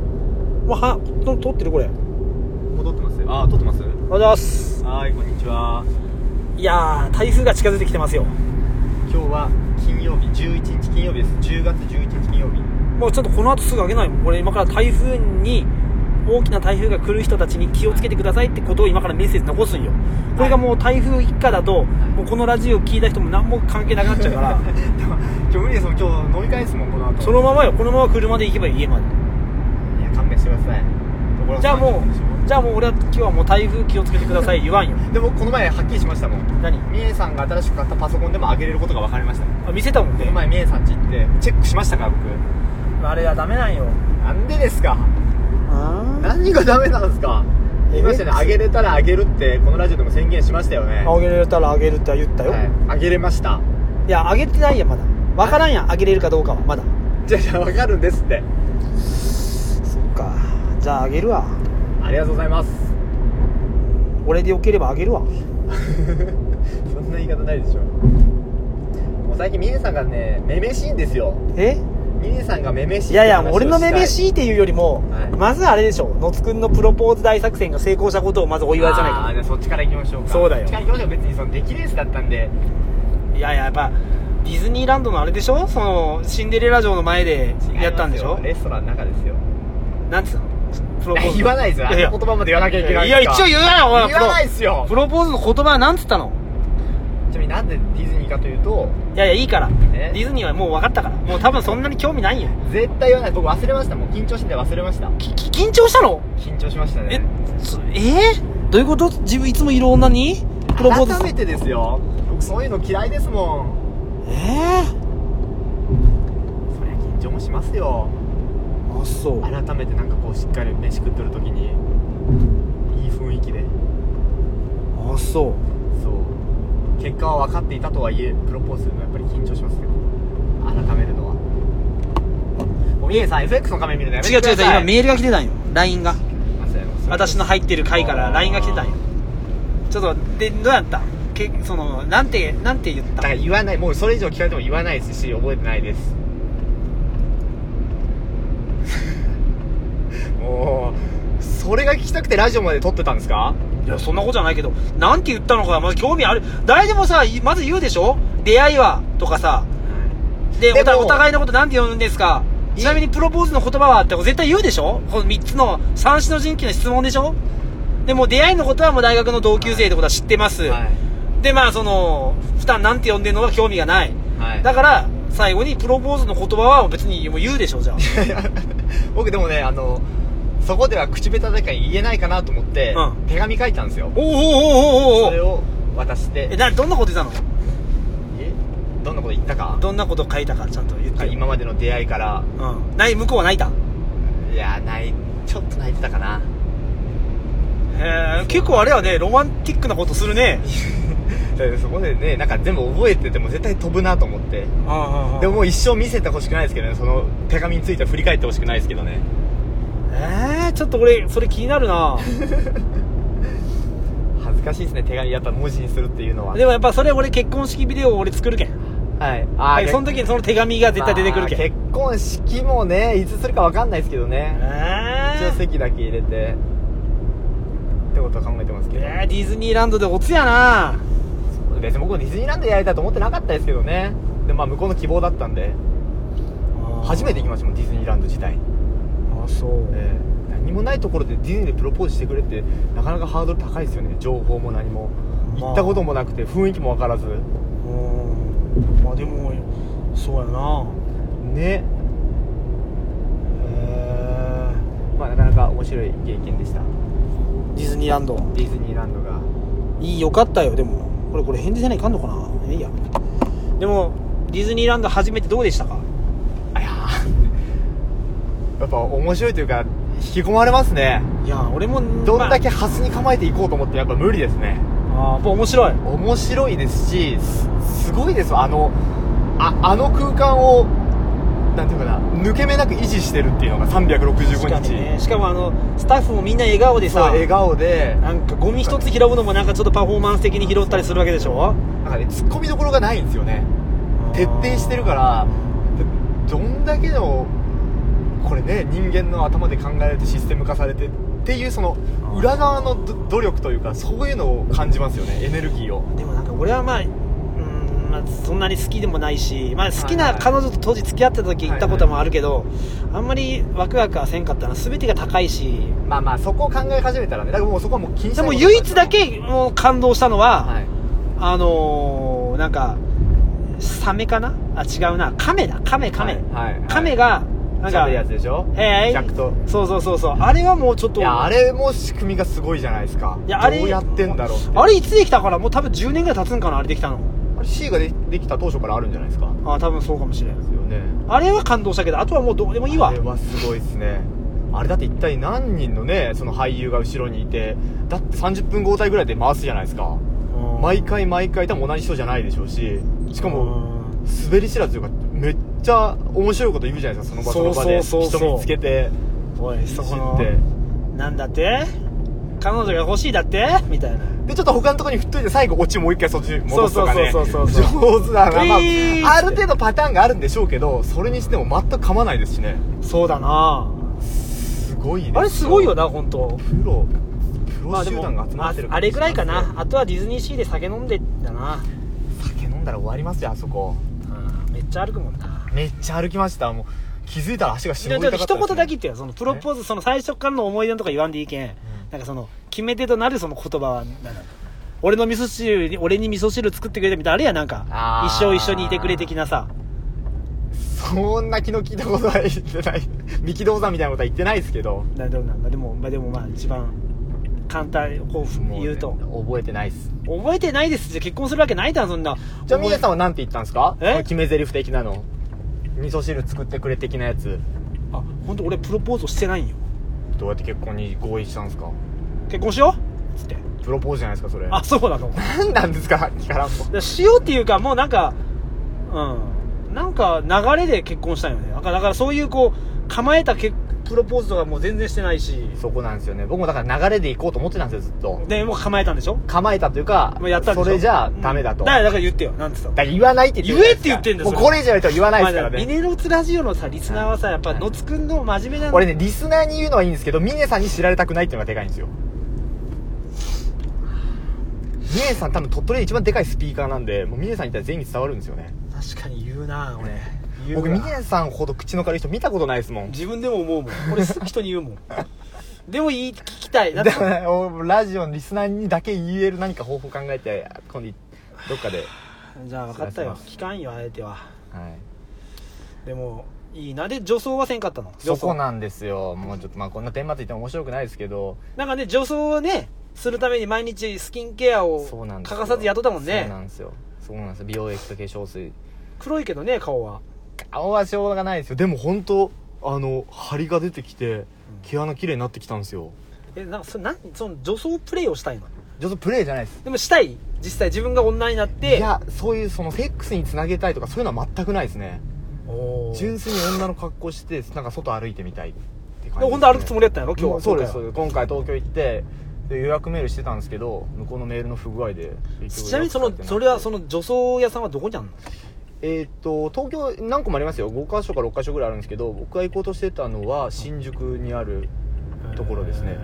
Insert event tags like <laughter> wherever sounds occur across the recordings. もうはと撮ってるこれ戻ってますああ撮ってますおはようございますはいこんにちはいやー台風が近づいてきてますよ今日は金曜日11日金曜日です10月11日金曜日もうちょっとこの後すぐあげないもん俺今から台風に大きな台風が来る人たちに気をつけてくださいってことを今からメッセージ残すんよこれがもう台風一過だと、もうこのラジオ聞いた人も何も関係なくなっちゃうから <laughs> でも今日無理ですもん今日飲み会ですもんこの後そのままよこのまま車で行けばいい家までいや勘弁してくださいじゃあもうじゃあもう俺は今日はもう台風気をつけてください言わんようでもこの前はっきりしましたもん何みえさんが新しく買ったパソコンでも上げれることが分かりましたもんあ見せたもんこのね前みえさんち行ってチェックしましたか僕あれはダメなんよなんでですかあ何がダメなんですか言いましたねえ上げれたら上げるってこのラジオでも宣言しましたよねあげれたらあげるって言ったよ、はい、上げれましたいや、あげてないやん、まだ。わからんやん、あげれるかどうかは、まだ。じゃあじゃあ分かるんですってそっか。じゃあ、あげるわ。ありがとうございます <laughs> 俺でよければあげるわ。そんな言い方ないでしょもう最近ミネさんがねめめしいんですよえミネさんがめめしいいやいや、俺のめめいしいっていうよりも、はいまずあれでしょ。野津くんのプロポーズ大作戦が成功したことをまずお祝いじゃないあーか。じゃあそっちから行きましょうかそうだよそっちから行きましょう別にその出来レースだったんでいやいや、やっぱ、ディズニーランドのあれでしょその、シンデレラ城の前でやったんでしょ違いますよレストランの中ですよなんつうのプロ <laughs> 言わないですよあの言葉まで言わなきゃいけないいんや、です一応か言うなよ、お前言わないですよプロプロポーズの言葉はなんつったのちなみになんでディズニーかというといやいや、いいから。えディズニーはもう分かったから。もう多分そんなに興味ないよ。絶対言わない僕忘れましたもう緊張してて忘れましたきき緊張したの緊張しましたえね、そえー、どういうこと自分いつもいる女にプロポーズ改めてですよ僕そういうの嫌いですもんえー、そりゃ緊張もしますよあそう改めてなんかこうしっかり飯食ってる時にいい雰囲気であそそう結果は分かっていたとはいえプロポーズするのはやっぱり緊張しますけど改めるのはもうみえさん FX の画面見るのやうめ違うてく違う違だうさい今メールが来てたんよ LINE が私の入ってる回からあー LINE が来てたんよちょっとでどうやったけそのなんてなんて言っただから言わないもうそれ以上聞かれても言わないですし覚えてないです <laughs> もうそれが聞きたくてラジオまで撮ってたんですかいやそんなことじゃないけどなんて言ったのかまず興味ある誰でもさいまず言うでしょ出会いはとかさででもおたお互いのことなんて呼ぶんですかちなみにプロポーズの言葉はって絶対言うでしょこの3つの三種の神器の質問でしょでもう出会いのことはもう大学の同級生ってことは知ってます、はいでまあその普段なんて呼んでるのが興味がないはいだから最後にプロポーズの言葉は別にもう言うでしょじゃあ <laughs> 僕でもねあのそこでは口下手だから言えないかなと思って、うん手紙書いたんですよおおおおおそおおれを渡してえなどんなこと言ってたえどんなこと言ったかのどんなこと書いたかちゃんと言ってよ今までの出会いからうんない向こうは泣いたいやないちょっと泣いてた <laughs> かなへえ結構あれはねロマンティックなことするねだからそこでねなんか全部覚えてても絶対飛ぶなと思ってあでももう一生見せてほしくないですけどねその手紙については振り返ってほしくないですけどねえー、ちょっと俺それ気になるな恥ずかしいですね手紙やっぱ文字にするっていうのはでもやっぱそれ俺結婚式ビデオを俺作るけんはいあはいその時にその手紙が絶対出てくるけん、結婚式もねいつするか分かんないですけどね一応えー席だけ入れてってことは考えてますけど、えーディズニーランドでおつやな別に僕もディズニーランドやりたいと思ってなかったですけどねでまあ向こうの希望だったんで初めて行きましたもんディズニーランド自体、あそう、ええ何もないところでディズニーでプロポーズしてくれってなかなかハードル高いですよね情報も何もまあ行ったこともなくて雰囲気も分からずうんまあでもそうやなねえまあなかなか面白い経験でしたーディズニーランドディズニーランドがいいよかったよでもこれこれ返事じゃないかんのかなえいいやでもディズニーランド初めてどうでしたかあいやーやっぱ面白いというか引き込まれますねいや俺もどんだけ、けハスに構えていこうと思ってやっぱ無理ですねまああーやっぱ面白い面白いですしすすごいですわあのああの空間をなんていうかな抜け目なく維持してるっていうのが確か365日にねしかもあのスタッフもみんな笑顔でそうさ笑顔でなんかゴミ一つ拾うのもなんかちょっとパフォーマンス的に拾ったりするわけでしょなんかねツッコミどころがないんですよね徹底してるからでどんだけのこれね人間の頭で考えられてシステム化されてっていうその裏側のど努力というかそういうのを感じますよねエネルギーをでもなんか俺はまあうーん、まあ、そんなに好きでもないし、まあ、好きな彼女と当時付き合ってた時行ったこともあるけど、あんまりワクワクはせんかったな全てが高いしまあまあそこを考え始めたらねだからもうそこはもう気にしでないもこと唯一だけもう感動したのは、はいあのー、なんかサメかなあ違うなカメだカメカメ、はいはいカメがなん喋かるやつでしょえージャクトそうそうそうそうあれはもうちょっといやあれも仕組みがすごいじゃないですかいやあれどうやってんだろうってあれいつできたからもう多分10年ぐらい経つんかなあれできたのあれ C がでできた当初からあるんじゃないですかでああ多分そうかもしれんすよねあれは感動したけどあとはもうどうでもいいわあれはすごいですねあれだって一体何人のねその俳優が後ろにいてだって30分交代ぐらいで回すじゃないですかうん毎回毎回多分同じ人じゃないでしょうししかも滑り知らずというかめっちゃ面白いこと言うじゃないですかその場その場でそうそうそうそう人見つけてうんおいそこの知ってなんだって彼女が欲しいだってみたいなでちょっと他のところに振っといて最後オチもう一回そっちに戻すとかねそうそうそうそうそう上手だな、まあウィーンってある程度パターンがあるんでしょうけどそれにしても全く噛まないですしねそうだなすごいですあれすごいよな本当プロプまロあで集も団が集まってるああれぐらいかなあとはディズニーシーで酒飲んでだな酒飲んだら終わりますよあそこうんめっちゃ歩くもんなめっちゃ歩きましたもう気づいたら足がしちぼょりったとかった一言だけ言っってよそのプロポーズその最初からの思い出のとか言わんでいいけん、なんかその決め手となるその言葉は何なの俺の味噌汁に俺に味噌汁作ってくれたみたいなあれやなんかあー一生一緒にいてくれ的なさそんな気の利いたことは言ってない <laughs> 三木道山みたいなことは言ってないですけどなでもなんかでもまあでもまあ一番簡単こうも言うと覚えてないです覚えてないですじゃあ結婚するわけないだろそんなじゃあ、み覚ええさんはなんて言ったんですかえ決め台詞的なの。味噌汁作ってくれ的なやつ。あ本当俺プロポーズしてないんよどうやって結婚に合意したんですか結婚しようっつってプロポーズじゃないですか、それ。あ、そうなのなんなんですか聞からんと。でしようっていうかもうなんかうんなんか流れで結婚したんよねなんかだからそういうこう構えたけプロポーズとかもう全然してないしそこなんですよね。僕もだから流れで行こうと思ってたんですよ、ずっと。でもう構えたんでしょ構えたというか、もうやったんでしょそれじゃダメだと。うんだからだから言ってよなんて言っただから言わないって言ってるじゃ言えないですかって言ってんだよそれもうこれ以上やると言わないですからまあミね。ネロツラジオのさリスナーはさやっぱはい野津くんの真面目なの俺ね、リスナーに言うのはいいんですけど、ミネさんに知られたくないっていうのがでかいんですよ。ミネさん多分鳥取で一番でかいスピーカーなんで、もうミネさんに言ったら全員に伝わるんですよね。確かに言うな俺言う僕わミネさんほど口の軽い人見たことないですもん自分でも思うもん俺すぐ人に言う <laughs> もんでも言い聞きたいだっだてからおラジオのリスナーにだけ言える何か方法考えて今度どっかで、じゃあ分かったよすいません聞かんよあえてははい、でもいいなで女装はせんかったの女そ装こなんですよもうちょっとまあこんな点末言っても面白くないですけどなんかね、女装をね、するために毎日スキンケアをそうなん欠ですよかさず雇ったもんそうなね。んですよそうなんですよ美容液と化粧水黒いけどね、顔は。顔はしょうがないですよでも本当あの張りが出てきて毛穴綺麗になってきたんですよえ、なんかそれ、なん、その女装プレイをしたいのちょっとプレイじゃないですでもしたい実際自分が女になっいて。やそういうそのセックスにつなげたいとかそういうのは全くないですねおー純粋に女の格好してなんか外歩いてみたいって感じですね、で本当歩くつもりだったんやろ今日もは。うそうですそう今です今回東京行ってで予約メールしてたんですけど向こうのメールの不具合で回はちなみにその、それは、その女装屋さんはどこにあんのえーっと東京何個もありますよ5箇所か6箇所ぐらいあるんですけど僕が行こうとしてたのは新宿にあるところですね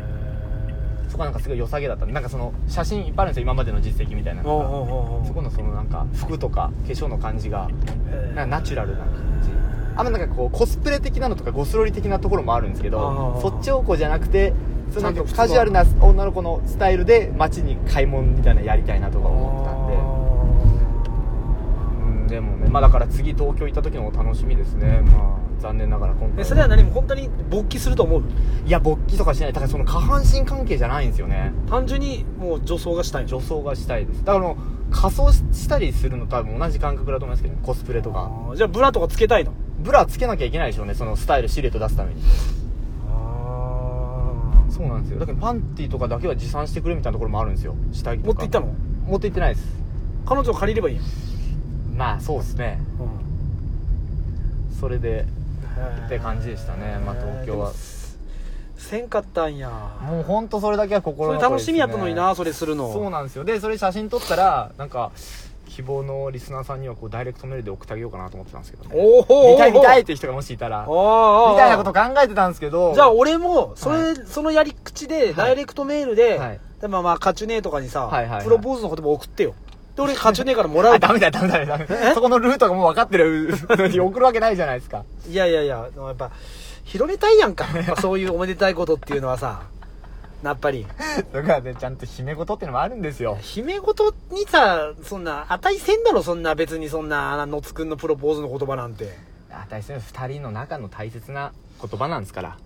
そこはなんかすごい良さげだったなんかその写真いっぱいあるんですよ今までの実績みたいなおうおのうおうおがそこのそのなんか服とか化粧の感じがうなんかなナチュラルな感じあんまなんかこうコスプレ的なのとかゴスロリ的なところもあるんですけあどーそっち方向じゃなくてそのなんかちゃんとカジュアルな女の子のスタイルで街に買い物みたいなのやりたいなとか思ってたんでうんでもねまあだから次東京行った時の楽しみですねまあ残念ながら今回え、それは何も本当に勃起すると思ういや勃起とかしないだからその下半身関係じゃないんですよね単純にもう女装がしたいの女装がしたいですだからもう仮装したりするのと多分同じ感覚だと思いますけど、ね、コスプレとかあーじゃあブラとかつけたいのブラつけなきゃいけないでしょうねそのスタイルシルエット出すためにあそうなんですよだからパンティとかだけは持参してくれみたいなところもあるんですよ下着と持かって行ったの持って行ってないです彼女を借りればいいやん、まあそうですねそれでって感じでしたねまあ東京はでもせんかったんやもうほんとそれだけはそ心れ残り楽ですしねみやったのになそれするのそうなんですよでそれ写真撮ったらなんか希望のリスナーさんにはこうダイレクトメールで送ってあげようかなと思ってたんですけど、ね、おお見たい見たいって人がもしいたらおーおーみたいなこと考えてたんですけどじゃあ俺もそれ、そのやり口でダイレクトメールで、はいでまあまあカチュネーとかにさ、はいはいはいプロポーズの言葉送ってよで俺カチュネーからもらあうダメだダメだダメだそこのルートがもう分かってる <laughs> のに送るわけないじゃないですかいやいやいややっぱ広めたいやんかやっぱそういうおめでたいことっていうのはさやっぱりだからねちゃんと秘め事ってのもあるんですよ姫事にさそんな値せんだろそんな別にそんなのつくんのプロポーズの言葉なんてあ大切な2人の中の大切な言葉なんですから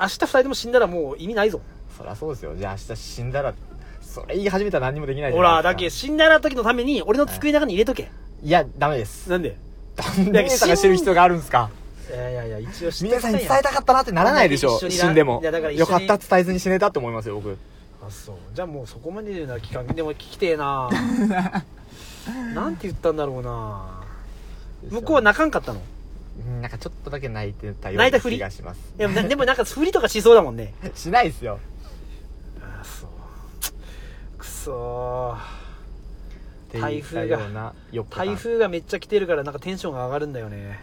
明日二人とも死んだらもう意味ないぞそりゃそうですよじゃあ明日死んだらそれ言い始めたら何にもできないじゃほならいですかだけ死んだら時のために俺の机の中に入れとけいやダメですなんで何探してる必要があるんですかいやいやいや一応知っ皆てさんに伝えたかったなってならないでしょ一緒にな死んでもいやだから一緒よにかった伝えずに死ねたって思いますよ僕あそうじゃあもうそこまで言うなら期間でも聞きてえ <laughs> ななんて言ったんだろうな向こうは泣かんかったのうんなんかちょっとだけ泣いてたよう泣いたなふ気りがしますいやなでもなんか振りとかしそうだもんねしないですよあそうくそー台風がような4日間台風がめっちゃ来てるからなんかテンションが上がるんだよね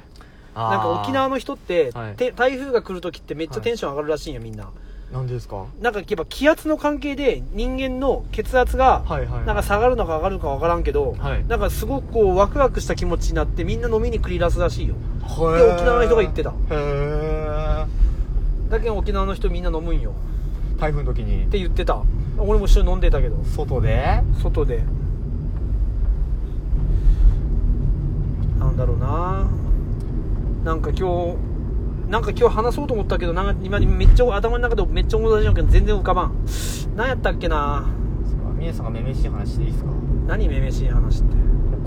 あーなんか沖縄の人って、はいて台風が来るときってめっちゃテンション上がるらしいんよみんな、なんでですかなんかやっぱ気圧の関係で人間の血圧がはいはいなんか下がるのか上がるのか分からんけど、はいなんかすごくこうワクワクした気持ちになってみんな飲みに繰り出すらしいよで沖で沖縄の人が言ってたへえだけど沖縄の人みんな飲むんよ台風の時にって言ってた俺も一緒に飲んでたけど外で外でなんだろうななんか今日なんか今日話そうと思ったけどなんか今めっちゃ頭の中でめっちゃ思い出しなけど全然浮かばん何やったっけな峰さんがめめしい話していいですか何めめしい話って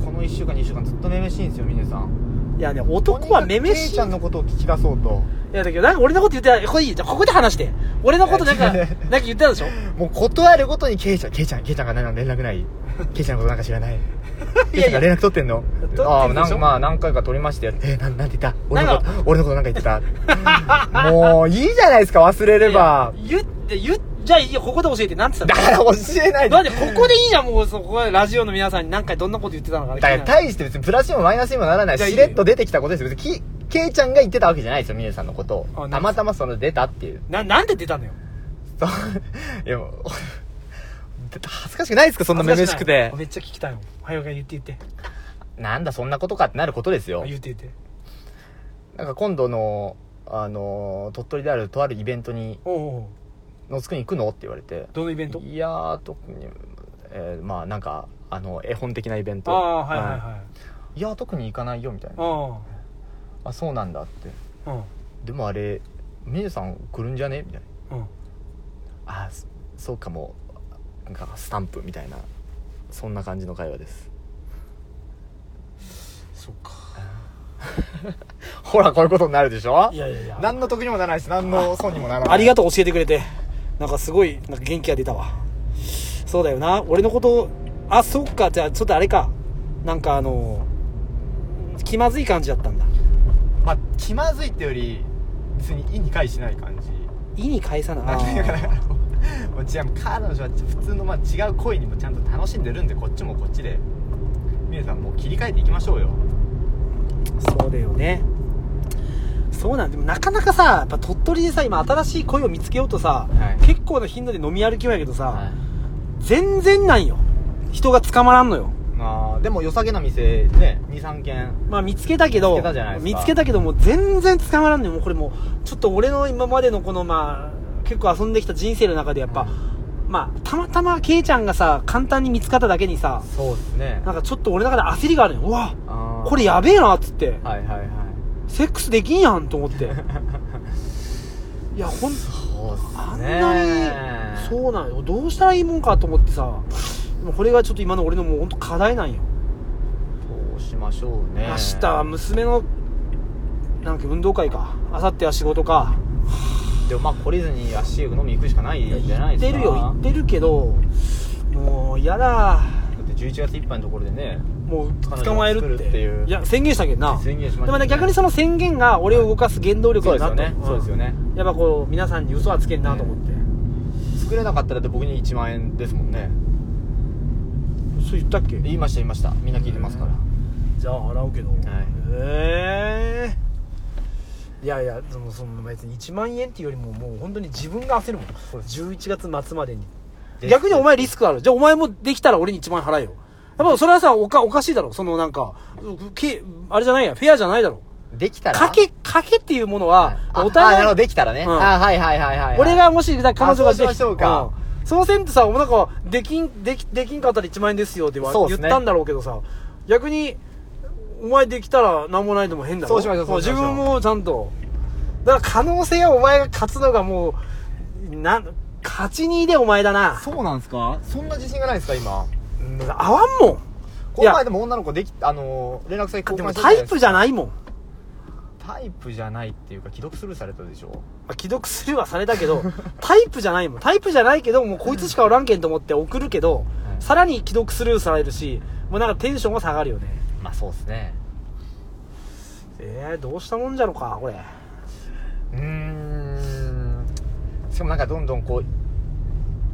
この1週間2週間ずっとめめしいんですよ峰さんいやね男はめめとしにかくケイいいちゃんのことを聞き出そうとやだけどなんか俺のこと言ってないこれいいじゃあここで話して俺のことなんかいやなんか違う言ってたでしょもう断るごとにケイちゃんケイちゃんケイちゃんが何か連絡 <laughs> ないケイちゃんのことなんか知らないケイちゃんが連絡取ってんの取ってるでしょああなんまあ何回か取りましたよえなんなんて言った俺のこなと俺のことなんか言って <laughs> たもういいじゃないですか忘れればいや言って言っじゃあいいよここで教えてなんて言っただのから教えないでなんでここでいいじゃんもうそこでラジオの皆さんに何回どんなこと言ってたのかなだから大して別にプラスにもマイナスにもならないいやいいしれっと出てきたことですよ別にきケイちゃんが言ってたわけじゃないですよミネさんのことあなをんたまたまその出たっていう <laughs> ななんで出たのよそういやもう <laughs> 恥ずかしくないですかそんなめめしくてめっちゃ聞きたいもん早く言って言ってなんだそんなことかってなることですよ言って言ってなんか今度のあの鳥取であるとあるイベントにおうおうお野津くん行くのって言われてうどのイベントいやー特に、えーまあなんかあの絵本的なイベンあトあはいはいいはいいやー特に行かないよみたいなああそうなんだってあうんでもあれミネさん来るんじゃねみたいなうんあそそうかもなんかスタンプみたいなそんな感じの会話ですそっかほらこういうことになるでしょいやいやいや何の得にもならないし何の損にもならないありがととう教えてくれてなんかすごいなんか元気が出たわそうだよな俺のことあそっかじゃあちょっとあれかなんかあの気まずい感じだったんだうまあ気まずいってより別に意に介しない感じ意に返さ <laughs> ななんあていうかだーからもう違う彼女は普通のまあ違う恋にもちゃんと楽しんでるんでこっちもこっちで皆さんもう切り替えていきましょうよそうだよねそうなんでもなかなかさやっぱ鳥取でさ今新しい恋を見つけようとさ、はい結構な頻度で飲み歩きはやけどさ、全然ないよ人が捕まらんのよまあでも良さげな店ね23軒まあ見つけたけど見つけたじゃないですか見つけたけどもう全然捕まらんのよもうこれもうちょっと俺の今までのこのまあ結構遊んできた人生の中でやっぱ、うんまあたまたまケイちゃんがさ簡単に見つかっただけにさそうですねなんかちょっと俺の中で焦りがあるのようわあーこれやべえなっつってはいはいはいセックスできんやんと思って <laughs> いやほんそうっあすんねなにそうなんよどうしたらいいもんかと思ってさでもこれがちょっと今の俺のもう本当課題なんよどうしましょうね明日は娘のなんか運動会か明後日は仕事かでもまあ懲りずに足湯飲み行くしかないんじゃな行いっでてすかるよ行ってるけどもう嫌だだって11月いっぱいのところでねもう捕まえるって彼女を作るっていうや宣言したけどな宣言しましたねでもね逆にその宣言が俺を動かす原動力そうにですなっよたねそうですよねやっぱこう皆さんに嘘はつけんなと思って、作れなかったらだって僕に1万円ですもんねそう言ったっけ言いました言いましたみんな聞いてますから、じゃあ払うけど、いへえいやいやそのその別に1万円っていうよりももう本当に自分が焦るもん11月末までにです逆にお前リスクあるじゃあお前もできたら俺に1万円払えよやっぱそれはさおかおかしいだろそのなんかけあれじゃないやフェアじゃないだろできたらかけかけっていうものはは、あおあなる互ほいどできたらね、うんあはいはいはいはい、はい、俺がもしだから彼女があそうしましょうかんそうせんとさお前なんかできんできできんかったら1万円ですよって言わそうっ言すっねたんだろうけどさ逆にお前できたら何もないでも変だろそうしましょうそうしましょう自分もちゃんとだから可能性はお前が勝つのがもうなん勝ちにでお前だなそうなんですかそんな自信がないですか今うん合わんもんこの前でも女の子できあのー連絡先で交も換してタイプじゃいないもんタイプじゃないっていうか既読スルーされたでしょまあ既読するはされたけ <laughs> どタイプじゃないもんタイプじゃないけどもうこいつしかおらんけんと思って送るけど、いさらに既読スルーされるしもうなんかテンションが下がるよねまあそうですねえー、どうしたもんじゃろかこれうーんしかもなんかどんどんこう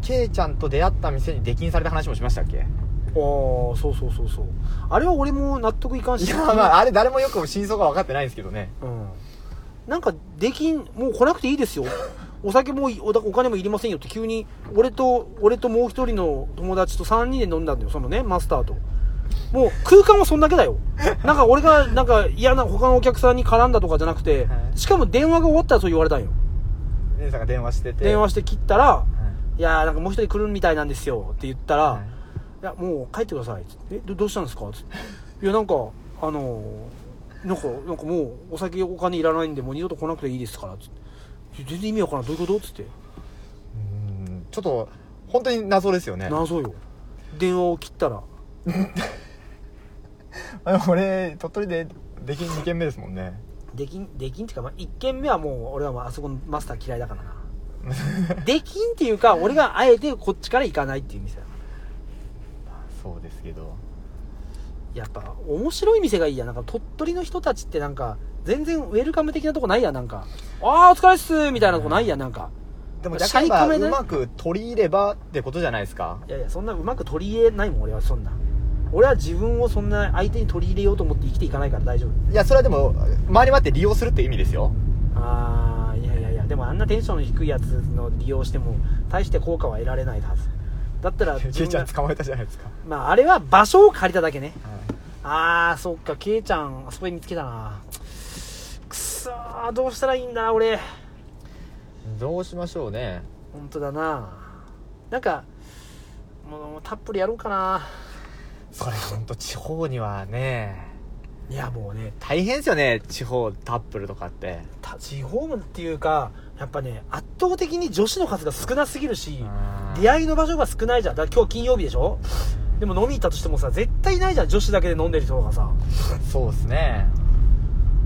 ケイちゃんと出会った店に出禁された話もしましたっけああそうそうそうそうあれは俺も納得いかんしいやま <laughs> ああれ誰もよく真相が分かってないんですけどねうんなんかできんもう来なくていい <laughs> ですよお酒もいおお金もいりませんよって急に俺と俺ともう一人の友達と3人で飲んだんだよそのねマスターともう空間はそんだけだ <laughs> よなんか俺がなんか嫌な他のお客さんに絡んだとかじゃなくてはいしかも電話が終わったらそう言われたんよ姉さんが電話してて電話して切ったらは「いいやーなんかもう一人来るみたいなんですよ」って言ったら、はいいやもう帰ってください」つってえどどうしたんですか?」つって「いやなんかあのーなんかなんかもうお酒お金いらないんでもう二度と来なくていいですから」つって「全然意味わからんどういうこと?」つってうーんちょっと本当に謎です「よね謎よ」電話を切ったら <laughs> 俺鳥取で出禁2軒目ですもんねできんできんっていうか、まあ、1軒目はもう俺はもうあそこのマスター嫌いだからな <laughs> できんっていうか俺があえてこっちから行かないっていう店だそうですけどやっぱ面白い店がいいやなんか鳥取の人たちってなんか全然ウェルカム的なとこないやなんかああお疲れっすみたいなとこないやなんかでもシャ逆イにカメうねまく取り入ればってことじゃないですかいやいやそんなうまく取り入れないもん俺はそんな俺は自分をそんな相手に取り入れようと思って生きていかないから大丈夫いやそれはでも周り回って利用するって意味ですよああいやいやいやでもあんなテンションの低いやつの利用しても大して効果は得られないはずだった <laughs> らじ自いちゃ分んが捕まえたじゃないですか、まああれは場所を借りただけねああそっかケイちゃんあそこで見つけたなくそーどうしたらいいんだ俺どうしましょうね本当だななんかもうたっぷりやろうかなそれほんと地方にはねいやもうね大変ですよね地方タップルとかって、た地方部っていうかやっぱね圧倒的に女子の数が少なすぎるし出ア会いの場所が少ないじゃんだから今日金曜日でしょでも飲み行ったとしてもさ絶対いないじゃん女子だけで飲んでる人がさそうです <laughs> ね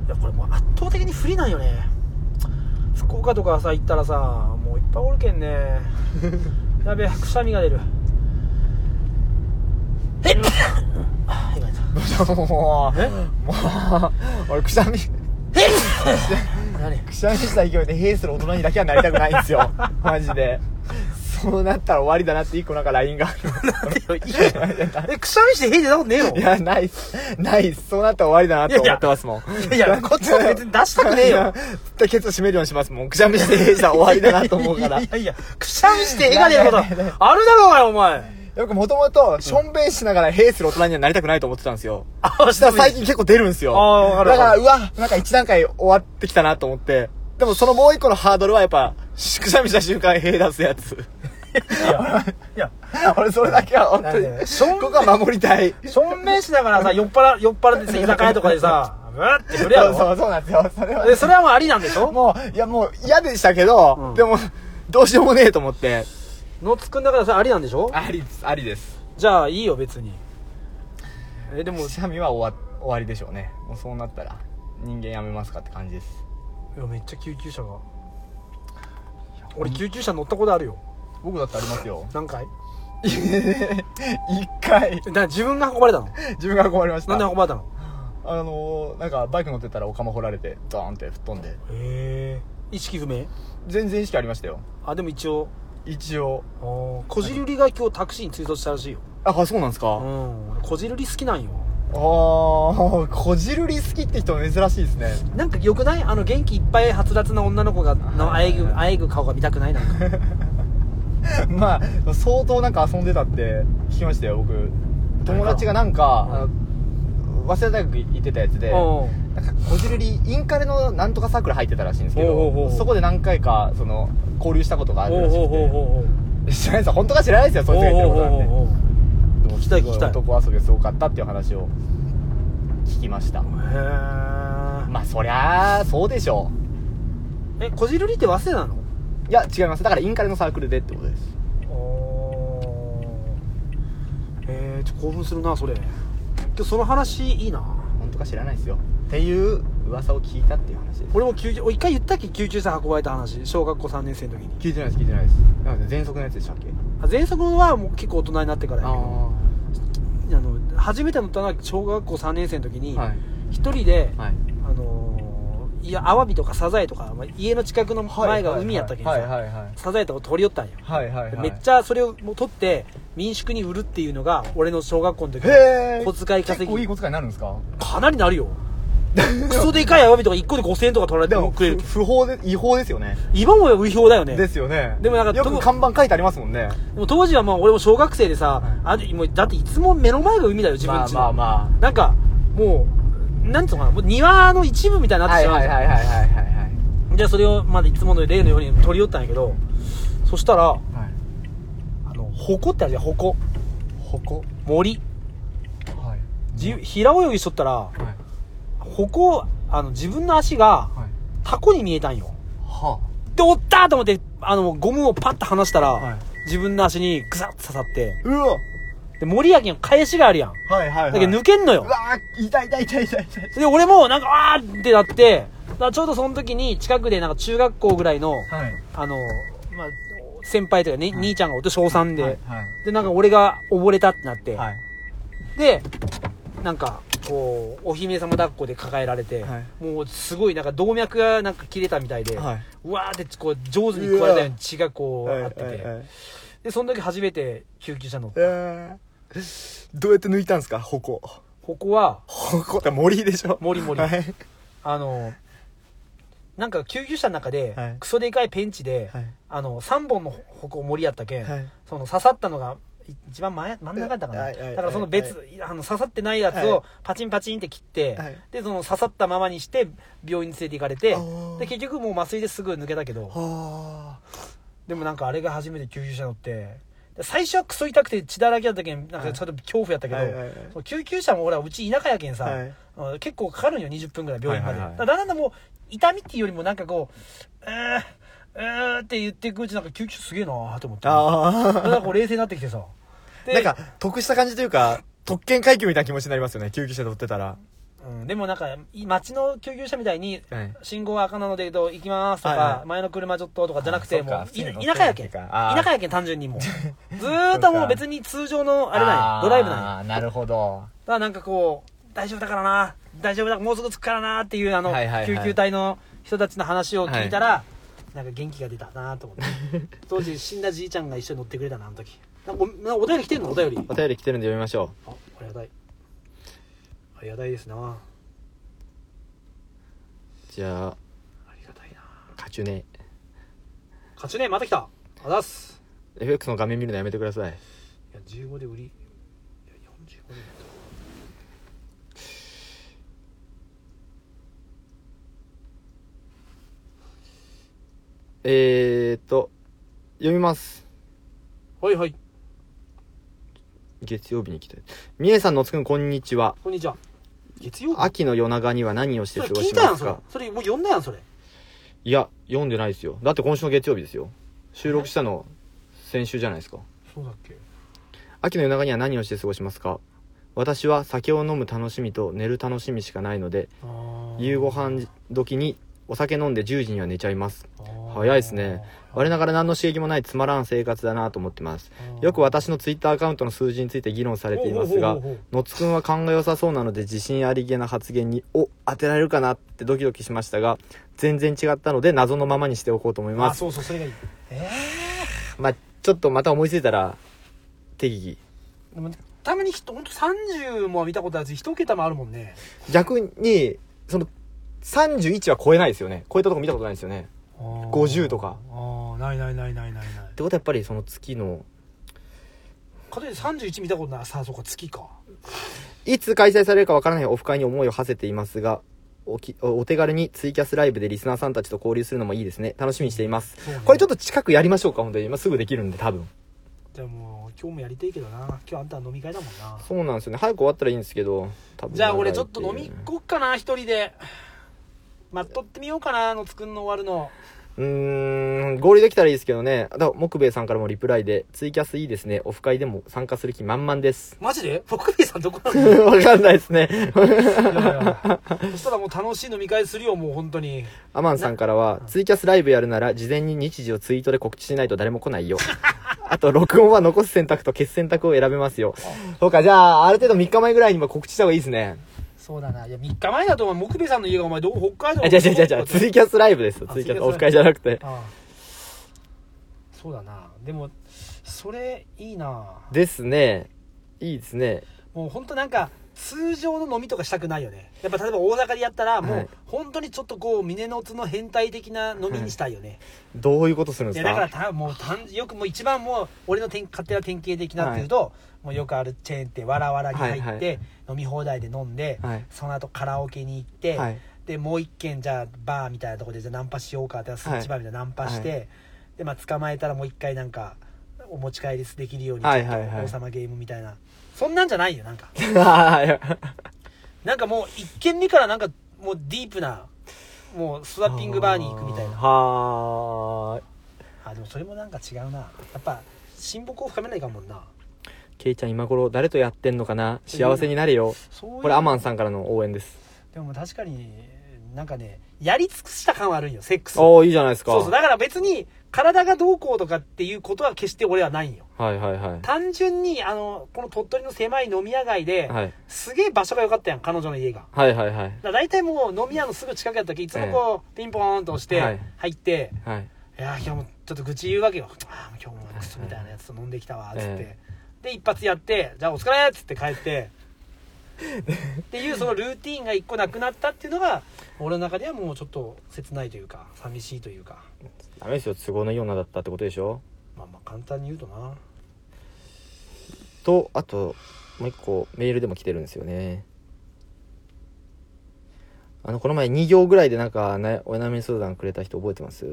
いやこれもう圧倒的に不利なんよね福岡とかさ行ったらさもういっぱいおるけんねやべえくしゃみが出るえっ <coughs> あ意外ともうえもう俺くしゃみ何くしゃみした勢いで兵する大人にだけはなりたくないんですよマジでそうなったら終わりだなって一個なんか LINE <laughs> があるいいえくしゃみしてへい出たことねえよいやないっすないっすそうなったら終わりだなと思ってますもんいやいやこっちは別に出したくねえよいや絶対ケツ閉めるようにしますもんくしゃみして兵したら終わりだなと思うからいやいや、くしゃみして笑顔が出ること、あるだろうがよ、お前。よくもともとしょんべんしながら兵する大人にはなりたくないと思ってたんですよあしたら最近結構出るんですよあーわかるわだかからるうわなんか一段階終わってきたなと思ってでもそのもう一個のハードルはやっぱくしゃみした瞬間兵出すやついや、 <laughs> 俺それだけは本当なんにでしょんここは守りたい正面しながらさ、酔っ払、酔っ払ってさ、居酒屋とかでさ、ブーって振れやそうろ。そうそうなんですよそれはねで、それはもうありなんでしょもういやもう嫌でしたけど、うんでもどうしようもねえと思ってのつくんだからさ、ありなんでしょありですありですじゃあ、いいよ、別に。え、でも、いくしゃみは終わ終わりでしょうねもうそうなったら人間やめますかって感じですや、めっちゃ救急車が。俺、救急車乗ったことあるよ。僕だってありますよ何回一回だから自分が運ばれたの。自分が困りましなんたで運ばれたのあのー、なんかバイク乗ってたらお釜掘られてドーンって吹っ飛んでへえ。意識不明全然意識ありましたよあ、でも一応、一応こじるりが今日タクシーに追突したらしいよ。あそうなんですか、うあん俺こじるり好きなんよあこじるり好きって人珍しいですね <laughs> なんかよくないあの元気いっぱいはつらつな女の子がのあえぐあ <laughs> えぐ顔が見たくないなんかまあ相当なんか遊んでたって聞きましたよ僕友達がなんかあの早稲田大学行ってたやつでおうこじるりインカレのなんとかサークル入ってたらしいんですけおうおうおどうそこで何回かその交流したことがあおるうらしおうおうくおうおうて知らないですよ本当か知らないですよそいつが言ってることなんでおうおうおうおうでも聞きたいすご聞きたい男遊びがすごかったっていう話を聞きましたへーまあそりゃあそうでしょえこじるりって早稲田なのういや違いますだからインカレのサークルでってことですおえー、ちょっと興奮するなそれ今日その話いいな本当か知らないですよっていう噂を聞いたっていう話です俺も救急俺一回言ったっけ救急車運ばれた話小学校3年生の時に聞いてないです聞いてないですなので喘息のやつでしたっけあ喘息はもう結構大人になってからやけどああの初めて乗ったのは小学校3年生の時に一、はい人で、はいあのーいやアワビとかサザエとか、まあ家の近くの前が海やったけどさ、はいはいはいはいサザエとか取り寄ったんよ、はいはいはいめっちゃそれをもう取って民宿に売るっていうのが俺の小学校の時のへえ小遣い稼ぎ結構いい小遣いになるんですかかなりなるよクソでかいアワビとか1個で5000円とか取られてでももくれ <laughs> ふる不法で違法ですよね今も無表だよねですよねでもなんかよともく看板書いてありますもんねでも当時はまあ俺も小学生でさ、はいあるもうだっていつも目の前が海だよ自分ちの、まあまあまなんかもうなんつうのかなもう庭の一部みたいにあなってはしいまうはいはいはいはいはいはいじゃあそれをまだいつもの例のように取り寄ったんやけどそしたらあの矛ってあるじゃん矛ほこ森はいじ平泳ぎしとったらはい矛あの自分の足がはいタコに見えたんよはでおったーと思ってあのゴムをパッと離したら、はい自分の足にグサッと刺さってうわで森脇の返しがあるやんはいはいはいだけど抜けんのよ、うわー痛い痛い痛い痛い痛いで、俺も、なんか、あーってなって、だからちょうどその時に、近くで、なんか中学校ぐらいの、はいあの、まあ、先輩というかね、兄ちゃんがおって、小3で、はいはいで、なんか俺が溺れたってなって、はいで、なんか、こう、お姫様抱っこで抱えられて、はいもうすごい、なんか動脈がなんか切れたみたいで、はいうわーって、こう、上手に食われたように血がこう、はいあはってて、いはいで、その時初めて救急車乗って、えーどうやって抜いたんですかほこここは、ほこって森でしょ森森はいあの、なんか救急車の中で、はいクソでかいペンチで、はいあの3本の矛を盛りやったけん、はいその刺さったのがい一番前真ん中だったかな、はいはいだからその別、はあの刺さってないやつはをいパチンパチンって切って、はいでその刺さったままにして病院に連れて行かれてあーで結局もう麻酔ですぐ抜けたけどはでもなんかあれが初めて救急車乗ってで最初はクソ痛くて血だらけだったけんなんかちょっと恐怖やったけど、はいはいはいその救急車も俺はうち田舎やけんさ、はいあの結構かかるんよ20分ぐらい病院まで、はいはいはいだからだんだんもう痛みっていうよりもなんかこう「うーうー」って言っていくうちなんか救急車すげえなーと思ってあなんかこう冷静になってきてさあなんか得した感じというか特権階級みたいな気持ちになりますよね救急車乗ってたらうん、でもなんかい街の救急車みたいにはい信号は赤なのでけど行きますとか、はいはい前の車ちょっととかじゃなくあてそっもかう普通に乗っいて田舎やけんっていうかあー田舎やけん単純に <laughs> もうずーっともう別に通常のあれなんよドライブなんよだかあーなるほどらなんかこう大丈夫だからな大丈夫だもうすぐ着くからなっていうあの、はいはいはい救急隊の人たちの話を聞いたら、なんか元気が出たなと思って <laughs> 当時死んだじいちゃんが一緒に乗ってくれたなあの時なんかおなんかお便り来てんのお便りお便り来てるんで読みましょあありがたいありがたいですなあうじゃありがたいなカチュネ勝ちねまた来たあざっす FX の画面見るのやめてくださいいや15で売りいや45で売ったえーっと読みますはいはい月曜日に来てみえさんのつくんこんにちはこんにちは月曜日秋の夜長には何をしてそれ過ごし聞いたやまんすそれかそれもう読んだやんそれいや読んでないですよだって今週の月曜日ですよ収録したの先週じゃないですかそうだっけ秋の夜中には何をして過ごしますか私は酒を飲む楽しみと寝る楽しみしかないので夕ご飯時にお酒飲んで10時には寝ちゃいます早いですね我ながら何の刺激もないつまらん生活だなと思ってますよく私のツイッターアカウントの数字について議論されていますがほうほうほうほのつくんは勘が良さそうなので自信ありげな発言にお当てられるかなってドキドキしましたが全然違ったので謎のままにしておこうと思いうまあすそうそうそれがいいえまあちょっとまた思いついたら適宜でもたまに人本当30も見たことあるし一桁もあるもんね逆にその31は超えないですよね超えたとこ見たことないですよね50とかああないないないないないないってことはやっぱりその月のかといって31見たことないさあそうか月かいつ開催されるかわからないオフ会に思いを馳せていますがおきおお手軽にツイキャスライブでリスナーさんたちと交流するのもいいですね楽しみにしていますそうねこれちょっと近くやりましょうか本当に今すぐできるんで多分でも今日もやりたいけどな今日あんたは飲み会だもんなそうなんですよね早く終わったらいいんですけど多分じゃあ俺ちょっと飲み行行こっかな一人で待っとってみようかなあの作んの終わるのうーん合理できたらいいですけどねあと木兵衛さんからもリプライでツイキャスいいですねオフ会でも参加する気満々です <laughs> マジでフォクビーさんどこなのわかんないですねいやいやそしたらもう楽しい飲み会するよもう本当にアマンさんからは、ツイキャスライブやるなら、事前に日時をツイートで告知しないと誰も <laughs> 来ないよ。あと、録音は残す選択と消す選択を選べますよ。そうか、じゃあ、ある程度3日前ぐらいにも告知した方がいいですね。そうだないや3日前だとお前木部さんの家がお前どこ北海道あ、じゃじゃ <laughs> じゃじゃツイキャスライブですよ。あツイキャツイキャス、スオフ会じゃなくて。ああそうだなでもそれいいなですね。いいですね。もう本当なんか通常の飲みとかしたくないよねやっぱ例えば大阪でやったらもはうい本当にちょっとこう峰の津の変態的な飲みにしたいよね、どういうことするんいでやすだからかたもうたんよくもう一番もう俺のてん勝手な典型的なっていうと、もうよくあるチェーンってわらわらに入って、はいはい飲み放題で飲んで、はいその後カラオケに行って、はいでもう一軒じゃあバーみたいなとこでじゃあナンパしようかってスイッチバーみたいなナンパして、はでまあ捕まえたらもう一回なんかお持ち帰りできるようにちょっはといはいはい王様ゲームみたいな、そんなんじゃないよなんか <laughs> なんかもう一軒目からなんかもうディープなもうスワッピングバーに行くみたいなはーい。あでもそれもなんか違うなやっぱ親睦を深めないかんもんなケイちゃん今頃誰とやってんのかな幸せになれよ。そういうこれアマンさんからの応援です。でも確かになんかねやり尽くした感はあるんよセックスをおー、いいじゃないですか。そうそうだから別に体がどうこうとかっていうことは決して俺はないんよはいはいはい。単純にあのこの鳥取の狭い飲み屋街で、はい。すげえ場所が良かったやん彼女の家がはいはいはだい。から大体もう飲み屋のすぐ近くやった時いつもこう、ピンポーンと押しはてい入って、はい。い、やー今日もちょっと愚痴言うわけよああ今日もクソみたいなやつと飲んできたわっつって、えで一発やってじゃあお疲れっつって帰ってっていうそのルーティンが一個なくなったっていうのが俺の中ではもうちょっと切ないというか寂しいというかダメですよ都合のいい女だったってことでしょまあまあ簡単に言うとなとあともう一個メールでも来てるんですよねあのこの前2行ぐらいでなんかなお悩み相談くれた人覚えてます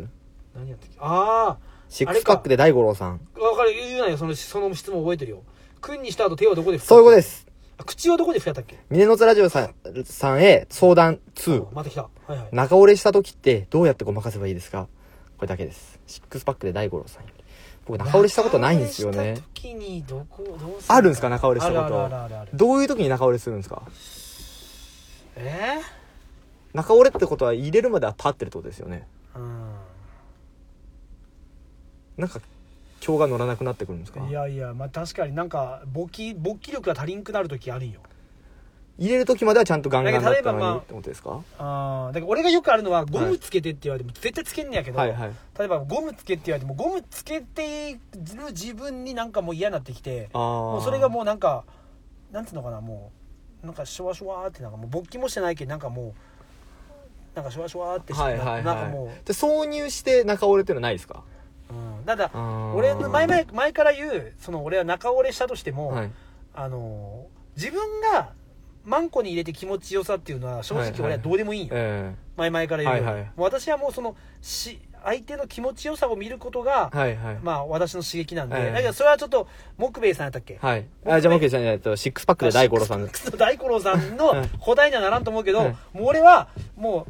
何やってきああシックスパックで大五郎さんわかる言うなよそのその質問覚えてるよ君にした後手はどこでそういうことですす口はどこで拭やったっけ峰の津ラジオさんさんへ相談2また来たはいはい中折れした時ってどうやってごまかせばいいですかこれだけですシックスパックで大五郎さんより僕中折れしたことないんですよ中折れねした時にどこどうすあるんですか中折れしたことあるあるあるあるあるどういう時に中折れするんですかえ中折れってことは入れるまでは立ってるってことですよねー、なんか今日が乗らなくなってくるんですかうんいやいやまあ確かになんか勃起勃起力が足りんくなる時あるんよ入れる時まではちゃんとガンガンだったのだけど例えばまあにってことですかはあーだから俺がよくあるのはゴムつけてって言われても絶対つけんねやけど、いはい例えばゴムつけって言われてもゴムつけてる自分になんかもう嫌になってきてあももうそれがもうなんかなんつうのかなもうなんかシュワシュワーってなんかもう勃起もしてないけどなんかもうなんかシュワシュワーってしはいはいはいななんかもで挿入して中折れっていうのはないですかう、うん、ただあー俺の前々前から言うその俺は中折れしたとしても、はいあのー自分がマンコに入れて気持ちよさっていうのは正直俺はどうでもいいんよ、え前々から言うように、はいはいもう私はもうそのし相手の気持ちよさを見ることが、えはいはいまあ私の刺激なんで、ええだけどそれはちょっと木兵衛さんやったっけ、はい僕ねあじゃあ僕じゃないえっとシックスパックで大五郎さんですす。大五郎さんのはい答えにはならんと思うけど、はいもう俺は、も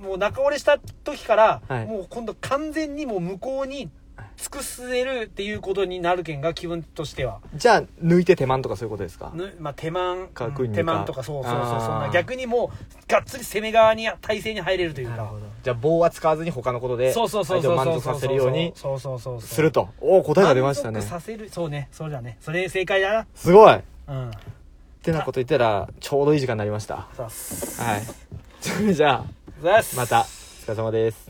う、もう中折れした時から、はいもう今度完全にもう向こうに尽くせるっていうことになるけんが、気分としては。じゃあ抜いて手間とかそういうことですかぬまあ、手満、か軍にか手満とか、そうそうそう、あーそんな逆にもう、がっつり攻め側に体勢に入れるというか。じゃあ棒は使わずに他のことでそうそうそう相手そをう。満足させるようにそうそうそうそう。するとおお答えが出ましたね満足させる、そうね、そうだね。それ正解だすごいっな。うん。てなこと言ったらちょうどいい時間になりましたさあ、はい <laughs> それじゃあざっすまたお疲れ様です